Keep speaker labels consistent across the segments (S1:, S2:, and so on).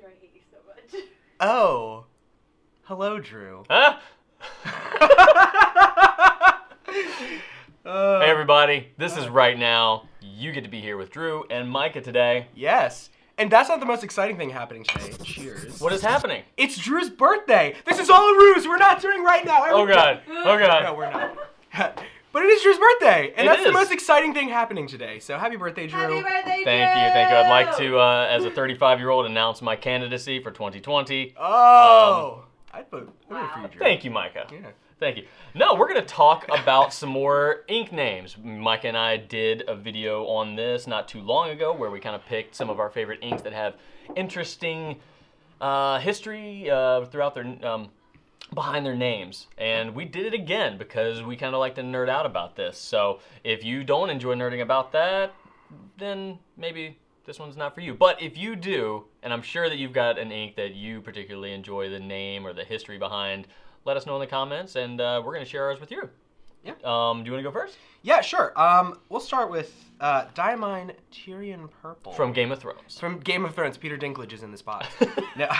S1: I hate you so much.
S2: Oh, hello, Drew.
S3: Huh?
S2: Uh,
S3: Hey everybody, this is right now. You get to be here with Drew and Micah today.
S2: Yes, and that's not the most exciting thing happening today. Cheers.
S3: What is happening?
S2: It's Drew's birthday. This is all a ruse. We're not doing right now.
S3: Oh god. Oh
S2: No,
S3: god.
S2: we're not. but it is Drew's birthday, and
S3: It
S2: that's the
S3: is.
S2: most exciting thing happening today. So happy birthday, Drew.
S1: Happy birthday,
S3: Thank you, thank you. I'd like to, uh, as a 35 year old, announce my candidacy for 2020.
S2: Oh, I'd vote I'd vote for you, Drew.
S3: Um, Thank you, Micah.
S2: Yeah.
S3: Thank you. No, we're going to talk about some more ink names. Micah and I did a video on this not too long ago where we kind of picked some of our favorite inks that have interesting uh, history uh, throughout their. Um, behind their names and we did it again because we kind of like to nerd out about this so if you don't enjoy nerding about that then maybe this one's not for you. But if you do, and I'm sure that you've got an ink that you particularly enjoy the name or the history behind, let us know in the comments, and uh, we're going to share ours with you.
S2: Yeah.
S3: Um, do you want to go first?
S2: Yeah, sure. Um, we'll start with uh, Diamine Tyrion Purple
S3: From Game of Thrones.
S2: from Game of Thrones. Peter Dinklage is in this box. no,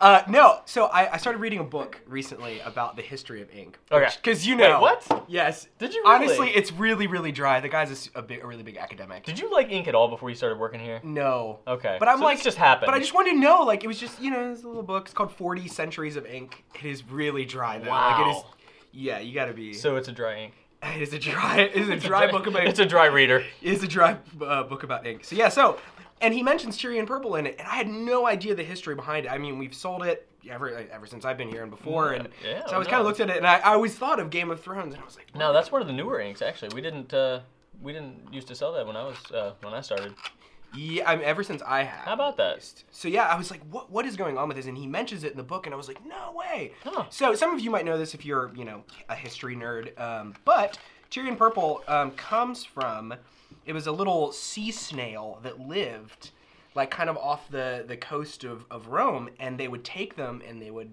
S2: uh, no. So I, I started reading a book recently about the history of ink.
S3: Okay.
S2: Because you
S3: Wait,
S2: know
S3: what?
S2: Yes.
S3: Did you
S2: Honestly,
S3: really?
S2: it's really, really dry. The guy's a s- a, big, a really big academic.
S3: Did you like ink at all before you started working here?
S2: No.
S3: Okay.
S2: But I'm
S3: So
S2: like,
S3: this just happened.
S2: But I just wanted to know, like, it was just, you know, this little book. It's called 40 Centuries of Ink. It is really dry, though. Like, it is.
S3: Wow.
S2: Yeah, you gotta be.
S3: So it's a dry ink.
S2: it is a dry. It is a dry book about.
S3: It's a dry reader.
S2: it is a dry uh, book about ink. So yeah, so, and he mentions Tyrian purple in it, and I had no idea the history behind it. I mean, we've sold it ever ever since I've been here and before, and
S3: Yeah,
S2: so I was
S3: no.
S2: kind of looked at it, and I, I always thought of Game of Thrones, and I was like,
S3: No, that's one of the newer inks. Actually, we didn't uh, we didn't used to sell that when I was uh, when I started.
S2: Yeah, I mean, ever since I have.
S3: How about that?
S2: So yeah, I was like, what what is going on with this? And he mentions it in the book, and I was like, no way.
S3: Huh.
S2: So some of you might know this if you're you know a history nerd, um, but Tyrian purple um, comes from it was a little sea snail that lived like kind of off the the coast of, of Rome, and they would take them and they would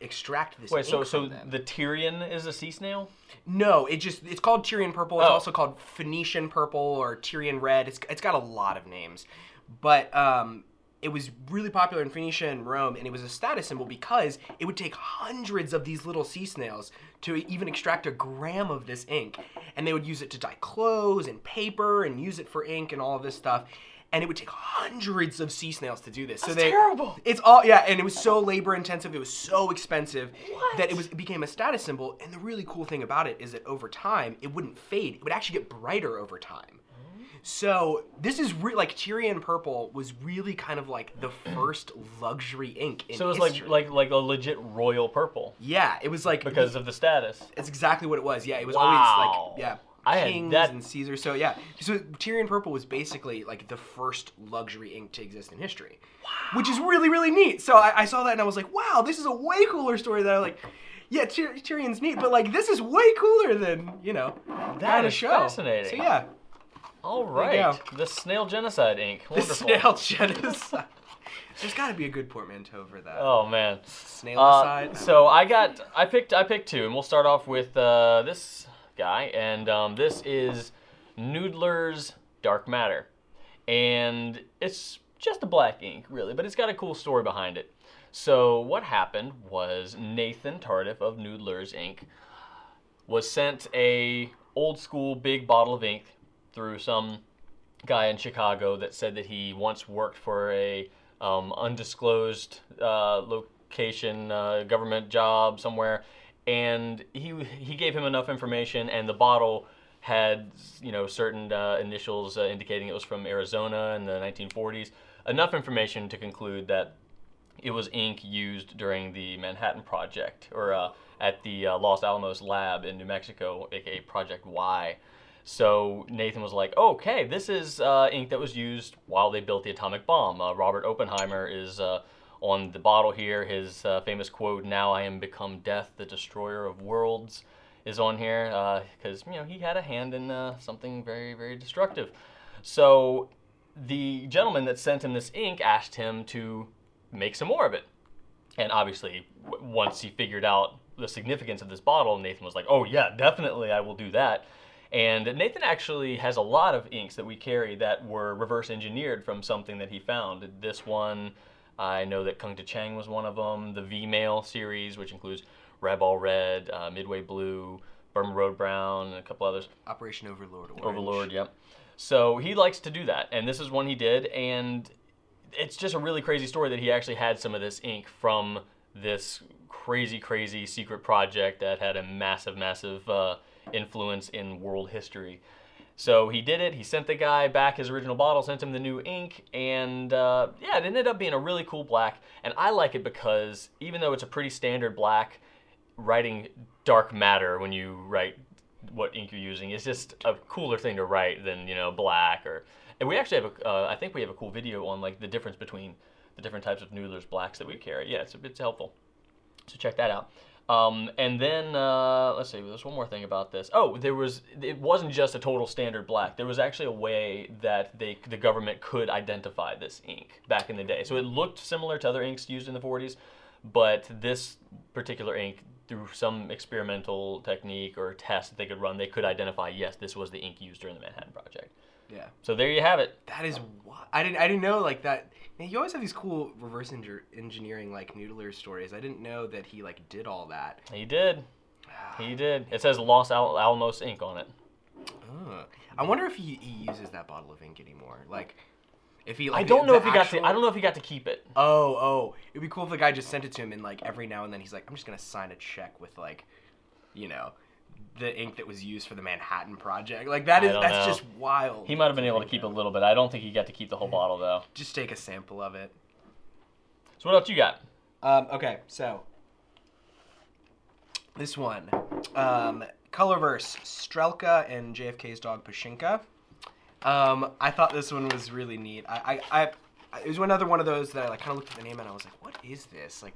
S2: extract this
S3: Wait, so
S2: ink
S3: so
S2: from them.
S3: the Tyrion is a sea snail?
S2: no it just it's called Tyrian purple it's
S3: Oh.
S2: also called Phoenician purple or Tyrian red it's, it's got a lot of names but um, it was really popular in Phoenicia and Rome, and it was a status symbol because it would take hundreds of these little sea snails to even extract a gram of this ink. And they would use it to dye clothes and paper and use it for ink and all of this stuff. And it would take hundreds of sea snails to do this. so
S3: That's
S2: they,
S3: terrible.
S2: It's all yeah, and it was so labor intensive. It was so expensive that it was it became a status symbol. And the really cool thing about it is that over time, it wouldn't fade. It would actually get brighter over time. So this is re- like Tyrian purple was really kind of like the first luxury ink. In
S3: So it's
S2: history.
S3: like like like a legit royal purple
S2: yeah, it was like
S3: because of the status.
S2: it's exactly what it was. Yeah, it was
S3: Wow.
S2: always like yeah.
S3: I had
S2: Kings
S3: that-
S2: and Caesar. So yeah, so Tyrian purple was basically like the first luxury ink to exist in history, which is really really neat. So I, I saw that and I was like, wow, this is a way cooler story than I like. Yeah, Tyr- Tyrion's neat, but like this is way cooler than you know that
S3: is
S2: show.
S3: fascinating.
S2: So yeah,
S3: All
S2: you
S3: right, the snail genocide ink.
S2: the
S3: Wonderful.
S2: snail genocide. There's got to be a good portmanteau for that.
S3: Oh man.
S2: snail
S3: Uh,
S2: aside.
S3: so I got I picked I picked two, and we'll start off with uh, this guy, and um, this is Noodler's Dark Matter, and it's just a black ink really, but it's got a cool story behind it. So what happened was Nathan Tardiff of Noodler's Ink was sent a old school big bottle of ink through some guy in Chicago that said that he once worked for a um, undisclosed uh, location, uh, government job somewhere, and he he gave him enough information, and the bottle had you know certain uh, initials uh, indicating it was from Arizona in the 1940s. Enough information to conclude that it was ink used during the Manhattan Project or uh, at the uh, Los Alamos lab in New Mexico, aka Project Y. So Nathan was like, okay, this is uh, ink that was used while they built the atomic bomb. Uh, Robert Oppenheimer is uh, on the bottle here. His uh, famous quote, now I am become death, the destroyer of worlds, is on here because, you know, he had a hand in uh, something very, very destructive. So the gentleman that sent him this ink asked him to make some more of it. And obviously, w- once he figured out the significance of this bottle, Nathan was like, oh, yeah, definitely, I will do that. And Nathan actually has a lot of inks that we carry that were reverse engineered from something that he found. This one, I know that Kung to Chang was one of them. The V Mail series, which includes Red Ball Red, uh, Midway Blue, Burma Road Brown, and a couple others.
S2: Operation Overlord. Orange.
S3: Overlord, yep. So he likes to do that, and this is one he did, and it's just a really crazy story that he actually had some of this ink from this crazy, crazy secret project that had a massive, massive uh, influence in world history. So he did it. He sent the guy back his original bottle, sent him the new ink, and uh, yeah, it ended up being a really cool black. And I like it because even though it's a pretty standard black, writing dark matter when you write what ink you're using is just a cooler thing to write than you know black or. And we actually have a, uh, I think we have a cool video on like the difference between the different types of noodlers blacks that we carry. Yeah, it's it's helpful. So check that out. Um, and then uh, let's see, there's one more thing about this. Oh, there was it wasn't just a total standard black. There was actually a way that they the government could identify this ink back in the day. So it looked similar to other inks used in the 40s, but this particular ink through some experimental technique or test that they could run, they could identify yes, this was the ink used during the Manhattan Project.
S2: Yeah.
S3: So there you have it.
S2: That is what I didn't. I didn't know like that. Man, you always have these cool reverse engi- engineering like noodler stories. I didn't know that he like did all that.
S3: He did. He did. It says Los Al- Alamos ink on it.
S2: Ah, Ugh. I wonder if he, he uses that bottle of ink anymore. Like, if he.
S3: I
S2: Like,
S3: don't know
S2: the
S3: if he got
S2: actual-
S3: to. I don't know if he got to keep it.
S2: Oh, oh. It'd be cool if the guy just sent it to him, and like every now and then he's like, "I'm just gonna sign a check with like, you know, the ink that was used for the Manhattan Project." Like that
S3: I
S2: is
S3: don't
S2: that's
S3: know.
S2: just wild.
S3: He might have been able to keep a little bit. I don't think he got to keep the whole bottle though.
S2: just take a sample of it.
S3: So what else you got?
S2: Um, okay, so this one, um, Colorverse, Strelka and JFK's dog Pashinka. Um, I thought this one was really neat. I, I, I, I it was another one of those that I like kind of looked at the name and I was like, what is this? Like,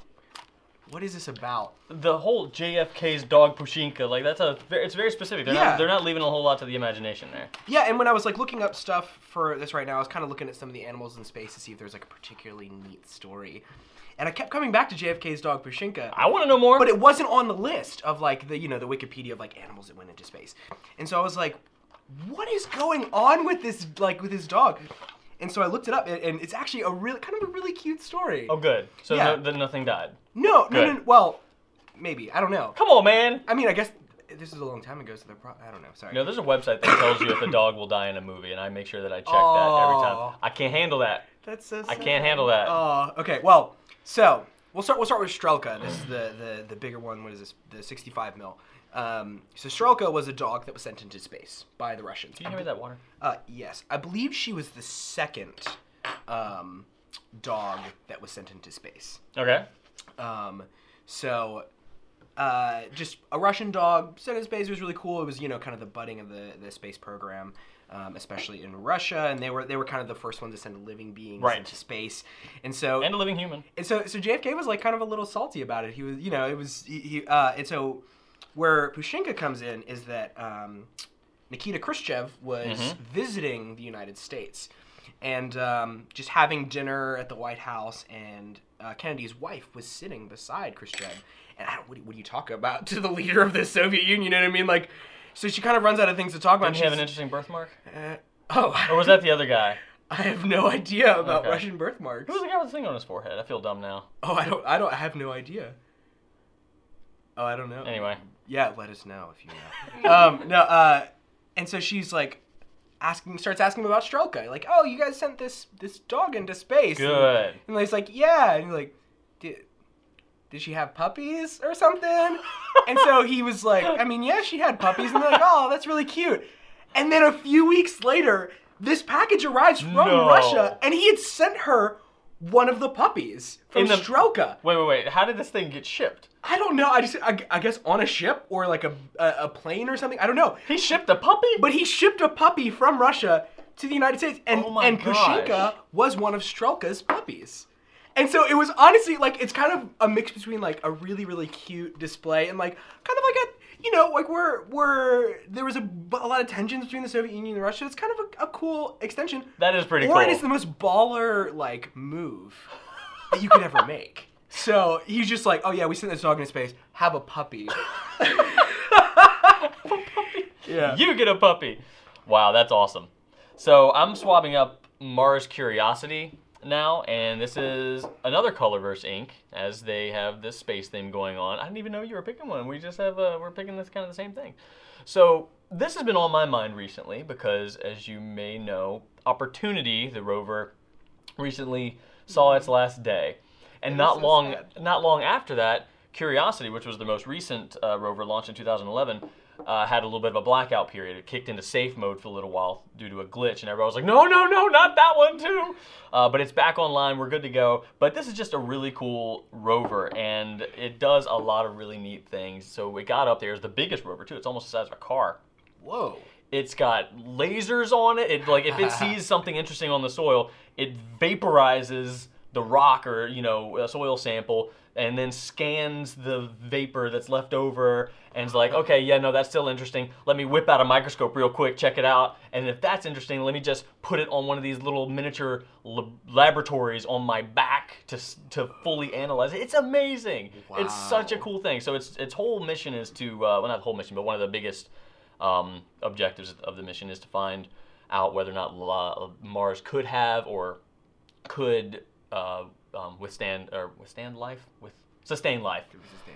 S2: what is this about?
S3: The whole JFK's dog Pushinka, like that's a. ve- It's very specific. They're
S2: Yeah.
S3: not. They're not leaving a whole lot to the imagination there.
S2: Yeah, and when I was like looking up stuff for this right now, I was kind of looking at some of the animals in space to see if there's like a particularly neat story, and I kept coming back to JFK's dog Pashinka.
S3: I want to know more.
S2: but it wasn't on the list of like the you know the Wikipedia of like animals that went into space, and so I was like, what is going on with this like with this dog? And so I looked it up, and, and it's actually a really kind of a really cute story.
S3: oh, good. So
S2: Yeah.
S3: no, then nothing died.
S2: No, no, no,
S3: Good.
S2: no, well, maybe I don't know.
S3: Come on, man.
S2: I mean, I guess this is a long time ago, so they're pro- I don't know. Sorry.
S3: No, there's a website that tells you if a dog will die in a movie, and I make sure that I check that every
S2: Oh.
S3: time. I can't handle that.
S2: That's so.
S3: I can't handle that.
S2: Oh, okay. Well, so we'll start. We'll start with Strelka. This is the the, the bigger one. What is this? The 65 mil. Um, so Strelka was a dog that was sent into space by the Russians.
S3: Can you hand me that water?
S2: Uh, yes, I believe she was the second um, dog that was sent into space.
S3: Okay.
S2: Um, so, uh, just a Russian dog sent in space. It was really cool. It was you know kind of the budding of the, the space program, um, especially in Russia, and they were they were kind of the first ones to send living beings
S3: Right.
S2: into space. And so
S3: And a living human.
S2: and so so JFK was like kind of a little salty about it. He was, you know, it was he, he uh, and so where Pushinka comes in is that um, Nikita Khrushchev was
S3: Mm-hmm.
S2: visiting the United States and um, just having dinner at the White House, and uh, Kennedy's wife was sitting beside Khrushchev. And I don't, what, do you- what do you talk about to the leader of the Soviet Union? You know what I mean? Like, so she kind of runs out of things to talk about.
S3: Didn't he have an
S2: She's-
S3: interesting birthmark?
S2: uh, oh,
S3: Or was that the other guy?
S2: I have no idea about
S3: Okay.
S2: Russian birthmarks.
S3: Who was the guy with the thing on his forehead? I feel dumb now.
S2: Oh, I don't. I don't. I have no idea. Oh, I don't know.
S3: Anyway.
S2: Yeah, let us know if you know. um, no. Uh, and so she's like, asking, starts asking about Strelka. Like, oh, you guys sent this this dog into space. And-
S3: Good.
S2: And, he's like, yeah. And you're like, did did she have puppies or something? and so he was like, I mean, yeah, she had puppies. And they're like, oh, that's really cute. And then a few weeks later, this package arrives from
S3: No.
S2: Russia, and he had sent her one of the puppies from
S3: In the-
S2: Strelka.
S3: Wait, wait, wait. How did this thing get shipped?
S2: I don't know. I just, I, I guess, on a ship or like a, a a plane or something. I don't know.
S3: He shipped a puppy?
S2: But he shipped a puppy from Russia to the United States, and
S3: Oh my
S2: and
S3: gosh.
S2: Pushinka was one of Strelka's puppies. And so it was honestly like it's kind of a mix between like a really really cute display and like kind of like a you know like we're we're there was a, b- a lot of tensions between the Soviet Union and Russia. It's kind of a, a cool extension.
S3: that is pretty
S2: or it
S3: cool.
S2: is the most baller like move that you could ever make. So he's just like, oh yeah, we sent this dog into space. Have a puppy. yeah.
S3: You get a puppy. Wow, that's awesome. So I'm swapping up Mars Curiosity now, and this is another Colorverse ink, as they have this space theme going on. I didn't even know you were picking one. We just have uh, we're picking this kind of the same thing. So this has been on my mind recently because, as you may know, Opportunity, the rover, recently saw its last day, and
S2: It was
S3: not
S2: so
S3: long
S2: sad.
S3: not long after that, Curiosity, which was the most recent uh, rover launched in 2011, uh, had a little bit of a blackout period. It kicked into safe mode for a little while due to a glitch, and everyone was like, "No, no, no, not that one too!" Uh, but it's back online. We're good to go. But this is just a really cool rover, and it does a lot of really neat things. So it got up there. It's the biggest rover too. It's almost the size of a car.
S2: Whoa.
S3: It's got lasers on it. It like if it sees something interesting on the soil, it vaporizes the rock or you know a soil sample, and then scans the vapor that's left over, and is like, okay, yeah, no, that's still interesting. Let me whip out a microscope real quick, check it out, and if that's interesting, let me just put it on one of these little miniature lab- laboratories on my back to s- to fully analyze it. It's amazing. It's such a
S2: Wow.
S3: cool thing. So its its whole mission is to uh, well not the whole mission, but one of the biggest um, objectives of the mission is to find out whether or not La- Mars could have or could uh, um, withstand or withstand life with sustain life,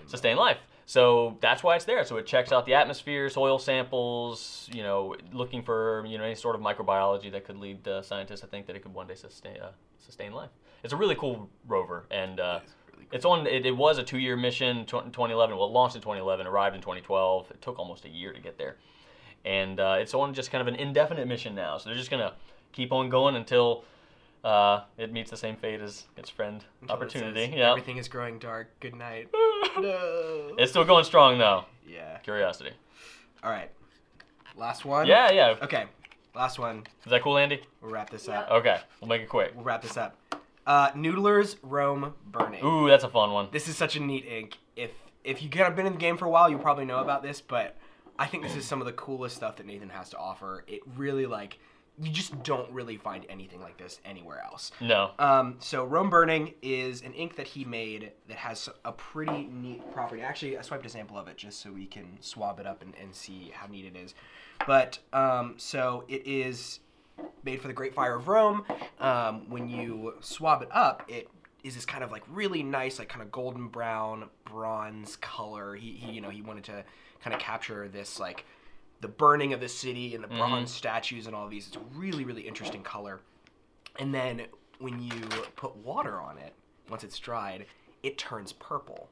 S3: sustain life. So that's why it's there. So it checks out the atmosphere, soil samples, you know, looking for you know any sort of microbiology that could lead uh, scientists to think that it could one day sustain uh, sustain life. It's a really cool rover, and uh,
S2: That's really cool.
S3: it's on. It, it was a two-year mission, tw- 2011. Well, it launched in 2011, arrived in 2012. It took almost a year to get there, and uh, it's on just kind of an indefinite mission now. So they're just gonna keep on going until uh, it meets the same fate as its friend
S2: Until it says,
S3: Opportunity. Yeah,
S2: Everything is growing dark. Good night. no.
S3: it's still going strong though.
S2: Yeah.
S3: Curiosity.
S2: All right. Last one.
S3: Yeah, yeah.
S2: Okay. Last one.
S3: Is that cool, Andy?
S2: We'll wrap this up.
S3: Okay, we'll make it quick.
S2: We'll wrap this up. Uh, Noodlers, Rome, Burning.
S3: Ooh, that's a fun one.
S2: This is such a neat ink. If if you've kind of been in the game for a while, you probably know about this, but I think this is some of the coolest stuff that Nathan has to offer. It really like you just don't really find anything like this anywhere else.
S3: No.
S2: Um, so Rome Burning is an ink that he made that has a pretty neat property. Actually, I swiped a sample of it just so we can swab it up and, and see how neat it is. But um, so it is made for the Great Fire of Rome. Um, when you swab it up, it is this kind of like really nice, like kind of golden brown bronze color. He, he you know, he wanted to kind of capture this like the burning of the city and the bronze statues and all these. It's a really, really interesting color. And then when you put water on it, once it's dried, it turns purple.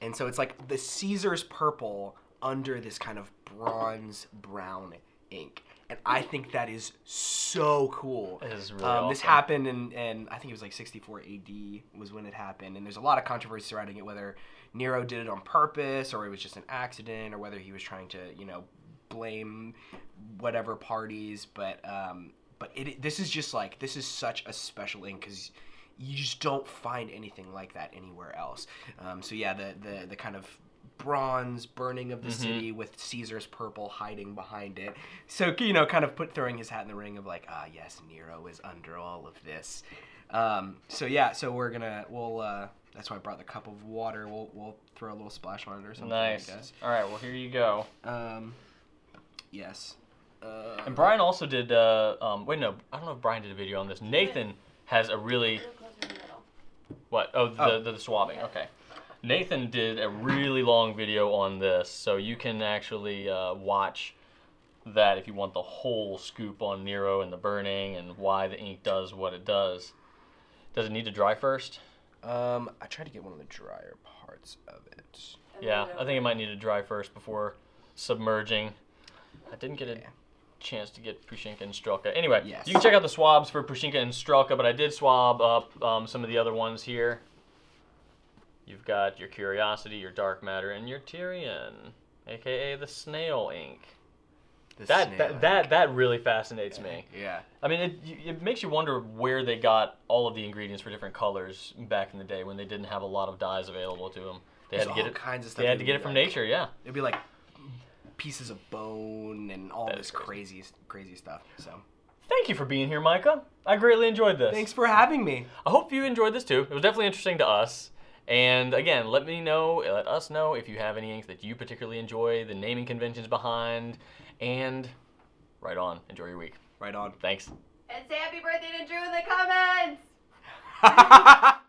S2: And so it's like the Caesar's purple under this kind of bronze brown ink. And I think that is so cool.
S3: That is really
S2: um, This
S3: awesome.
S2: happened, and and I think it was like 64 AD was when it happened. And there's a lot of controversy surrounding it, whether Nero did it on purpose, or it was just an accident, or whether he was trying to, you know, blame whatever parties. But um, but it, this is just like this is such a special ink because you just don't find anything like that anywhere else. Um, so yeah, the the the kind of bronze burning of the
S3: Mm-hmm.
S2: city with Caesar's purple hiding behind it. So you know, kind of put throwing his hat in the ring of like, ah, yes, Nero is under all of this. Um, so yeah, so we're gonna we'll uh, that's why I brought the cup of water. We'll we'll throw a little splash on it or something.
S3: nice.
S2: I guess.
S3: All right, well here you go.
S2: Um, yes. Uh,
S3: And Brian also did. Uh, um, wait, no, I don't know if Brian did a video on this. Nathan has a really what? Oh, the
S2: Oh.
S3: The, the swabbing. Okay. Nathan did a really long video on this, so you can actually uh, watch that if you want the whole scoop on Nero and the burning and why the ink does what it does. Does it need to dry first?
S2: um, I tried to get one of the drier parts of it.
S3: Yeah, I think it might need to dry first before submerging. I didn't get a
S2: Yeah.
S3: chance to get Prushinka and Strelka. Anyway,
S2: Yes.
S3: you can check out the swabs for Prushinka and Strelka, but I did swab up um, some of the other ones here. You've got your Curiosity, your Dark Matter, and your Tyrion, aka the Snail Ink.
S2: The
S3: That
S2: snail
S3: that,
S2: ink.
S3: that that really fascinates me.
S2: Yeah.
S3: I mean, it you- it makes you wonder where they got all of the ingredients for different colors back in the day when they didn't have a lot of dyes available to them. They
S2: There's
S3: had to get
S2: all
S3: it.
S2: kinds of stuff
S3: They had
S2: that
S3: to
S2: would
S3: get
S2: be
S3: it from
S2: like-
S3: nature. Yeah.
S2: It'd be like pieces of bone and all
S3: That
S2: this
S3: is crazy.
S2: crazy, crazy stuff. So
S3: Thank you for being here, Micah. I greatly enjoyed this.
S2: thanks for having me.
S3: I hope you enjoyed this too. It was definitely interesting to us. And again, let me know, let us know if you have any inks that you particularly enjoy, the naming conventions behind, and right on. Enjoy your week.
S2: Right on.
S3: Thanks.
S1: And say happy birthday to Drew in the comments.
S2: yeah,